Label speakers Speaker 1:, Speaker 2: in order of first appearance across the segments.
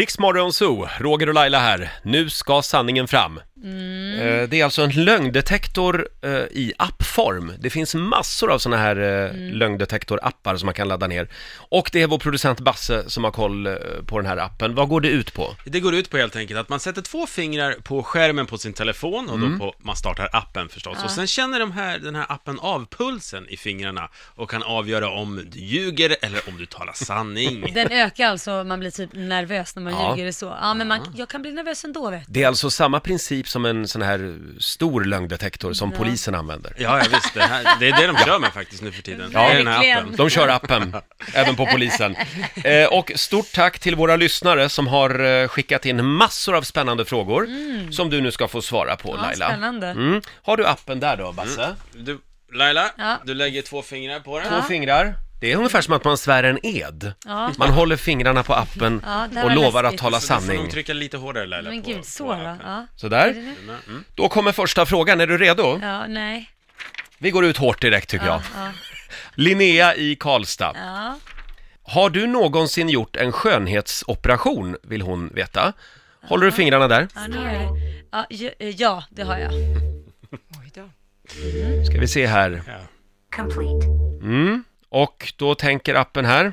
Speaker 1: Riksmorgon Zoo, Roger och Laila här. Nu ska sanningen fram. Eh, Det är alltså en lögndetektor eh, i appform. Det finns massor av sådana här eh, lögndetektorappar som man kan ladda ner. Och det är vår producent Basse som har koll eh, på den här appen. Vad går det ut på?
Speaker 2: Det går ut på helt enkelt att man sätter två fingrar på skärmen på sin telefon och
Speaker 3: Mm.
Speaker 2: då på, man startar appen förstås. Och sen känner de här, den här appen av pulsen i fingrarna och kan avgöra om du ljuger eller om du talar sanning.
Speaker 3: Den ökar alltså, man blir typ nervös när man
Speaker 1: Ja.
Speaker 3: ljuger och så. Ja, men man, jag kan bli nervös ändå vet du.
Speaker 1: Det är alltså samma princip som en sån här stor lögndetektor som polisen använder.
Speaker 2: Ja, ja visst, det, här, det är det de kör med faktiskt nu för tiden.
Speaker 3: Ja.
Speaker 2: det är den här
Speaker 3: Verkligen.
Speaker 2: appen.
Speaker 1: De kör appen, även på polisen. Eh, och stort tack till våra lyssnare som har eh, skickat in massor av spännande frågor som du nu ska få svara på,
Speaker 3: Mm. Ja,
Speaker 1: Laila.
Speaker 3: spännande.
Speaker 1: Mm. Har du appen där då, Basse?
Speaker 2: Du, Laila,
Speaker 3: Ja.
Speaker 2: du lägger två fingrar på den.
Speaker 1: Två fingrar. Det är ungefär som att man svär en ed.
Speaker 3: Ja.
Speaker 1: Man håller fingrarna på appen
Speaker 3: Ja, det här
Speaker 1: och
Speaker 3: var
Speaker 1: lovar att
Speaker 3: läskigt.
Speaker 1: tala
Speaker 2: Så du får nog
Speaker 1: sanning.
Speaker 2: trycka lite hårdare Laila
Speaker 3: Men
Speaker 2: på,
Speaker 3: gud,
Speaker 2: på
Speaker 3: så då?
Speaker 2: appen.
Speaker 3: Ja.
Speaker 1: Sådär.
Speaker 2: Mm.
Speaker 1: Då kommer första frågan. Är du redo?
Speaker 3: ja, nej.
Speaker 1: Vi går ut hårt direkt, tycker jag.
Speaker 3: Ja, ja,
Speaker 1: Linnea i Karlstad.
Speaker 3: ja.
Speaker 1: Har du någonsin gjort en skönhetsoperation, vill hon veta. Håller du fingrarna där?
Speaker 3: ja, nu är det. Ja, ju- eh, ja, det har jag.
Speaker 4: Oj då.
Speaker 1: Ska vi se här.
Speaker 2: Ja.
Speaker 1: Mm. Och då tänker appen här.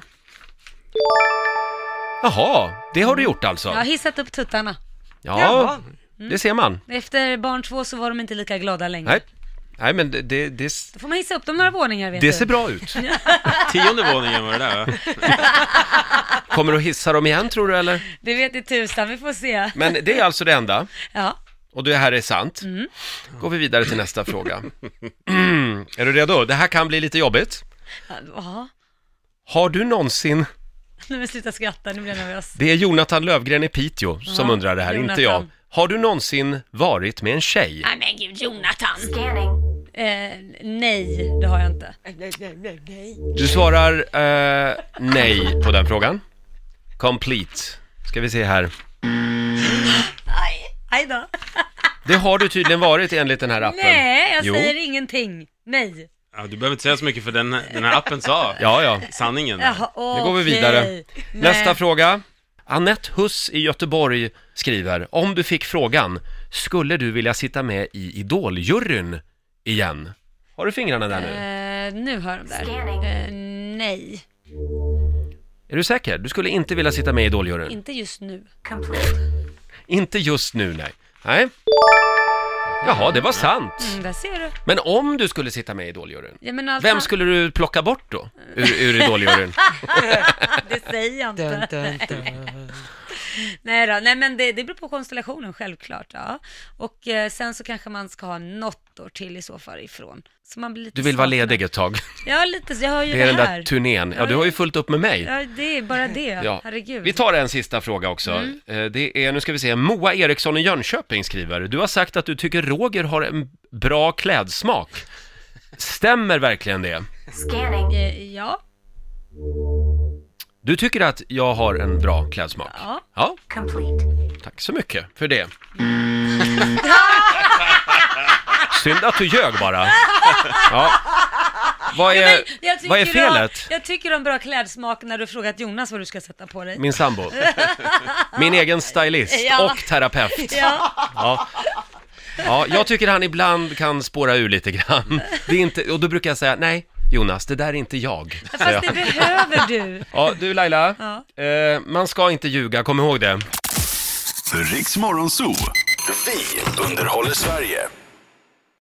Speaker 1: Jaha, det har du gjort alltså?
Speaker 3: Jag har hissat upp tuttarna.
Speaker 1: Ja, det ser man.
Speaker 3: Efter barn två så var de inte lika glada längre.
Speaker 1: Nej, Nej men det, det, det,
Speaker 3: Då får man hissa upp dem några våningar vet
Speaker 1: det
Speaker 3: du.
Speaker 1: ser bra ut.
Speaker 2: Tionde våningen var det där va?
Speaker 1: Kommer du hissa dem igen tror du eller?
Speaker 3: Det vet i tusan, vi får se.
Speaker 1: Men det är alltså det enda.
Speaker 3: Ja,
Speaker 1: Och det här är sant. Går vi vidare till nästa fråga. Mm. Är du redo? Det här kan bli lite jobbigt.
Speaker 3: ja. ja.
Speaker 1: Har du någonsin
Speaker 3: Nu men sluta skratta, nu blir jag nervös.
Speaker 1: Det är Jonathan Lövgren i Piteå som
Speaker 3: Ja,
Speaker 1: undrar det här, inte jag.
Speaker 3: Jonathan.
Speaker 1: Har du någonsin varit med en tjej?
Speaker 3: Nej men gud, Jonathan! Eh, nej, det har jag inte.
Speaker 4: Nej, nej, nej, nej.
Speaker 1: Du svarar eh, nej på den frågan. Complete. Ska vi se här.
Speaker 3: Aj, aj då.
Speaker 1: Det har du tydligen varit enligt den här appen.
Speaker 3: Nej, jag
Speaker 1: jo.
Speaker 3: säger ingenting. Nej.
Speaker 2: Ja, du behöver inte säga så mycket för den, den här appen sa
Speaker 1: Ja, ja.
Speaker 2: sanningen.
Speaker 3: Jaha,
Speaker 1: Nu går vi
Speaker 3: okej.
Speaker 1: vidare.
Speaker 3: Nej.
Speaker 1: Nästa fråga. Annette Huss i Göteborg skriver, om du fick frågan, skulle du vilja sitta med i Idoljuryn igen? Har du fingrarna där nu?
Speaker 3: Eh, nu har de där. Eh, nej,
Speaker 1: Är du säker? Du skulle inte vilja sitta med i Idoljuryn?
Speaker 3: inte just nu.
Speaker 1: Inte just nu, nej. Nej. Jaha, det var sant.
Speaker 3: Mm, där ser du.
Speaker 1: Men om du skulle sitta med i Idoljuryn,
Speaker 3: Jag menar,
Speaker 1: vem skulle du plocka bort då? Ur, ur Idoljuryn?
Speaker 3: Det säger jag inte.
Speaker 4: Dun, dun, dun.
Speaker 3: Nej då, nej men det, det beror på konstellationen självklart. Ja. Och eh, sen så kanske man ska ha något år till i så fall ifrån. Så man blir lite
Speaker 1: Du vill vara
Speaker 3: saknad.
Speaker 1: ledig ett tag.
Speaker 3: Ja, lite så. Jag har ju
Speaker 1: Det är
Speaker 3: det,
Speaker 1: den
Speaker 3: här.
Speaker 1: där turnén. Ja, du har ju fullt upp med mig.
Speaker 3: ja, det är bara det. Herregud. Mm.
Speaker 1: Vi tar en sista fråga också. Eh, Det är, nu ska vi se, Moa Eriksson i Jönköping skriver. Du har sagt att du tycker Roger har en bra klädsmak. Stämmer verkligen det?
Speaker 3: Eh, Ja,
Speaker 1: Du tycker att jag har en bra klädsmak?
Speaker 3: Ja.
Speaker 1: ja. Tack så mycket för det. Synd att du ljög bara. Ja. Vad är,
Speaker 3: Jag tycker
Speaker 1: Eh, vad är
Speaker 3: om-
Speaker 1: felet?
Speaker 3: jag tycker om bra klädsmak när du frågat Jonas vad du ska sätta på dig.
Speaker 1: Min sambo. Min egen stylist
Speaker 3: Ja.
Speaker 1: och terapeut.
Speaker 3: Ja,
Speaker 1: Ja. Ja, jag tycker han ibland kan spåra ur lite grann. Det är inte, och då brukar jag säga, nej Jonas, det där är inte jag. säger
Speaker 3: fast
Speaker 1: jag.
Speaker 3: det behöver du.
Speaker 1: Ja, du Laila,
Speaker 3: Ja.
Speaker 1: eh, man ska inte ljuga, kom ihåg det.
Speaker 5: Riks Morgonzoo. Vi underhåller Sverige.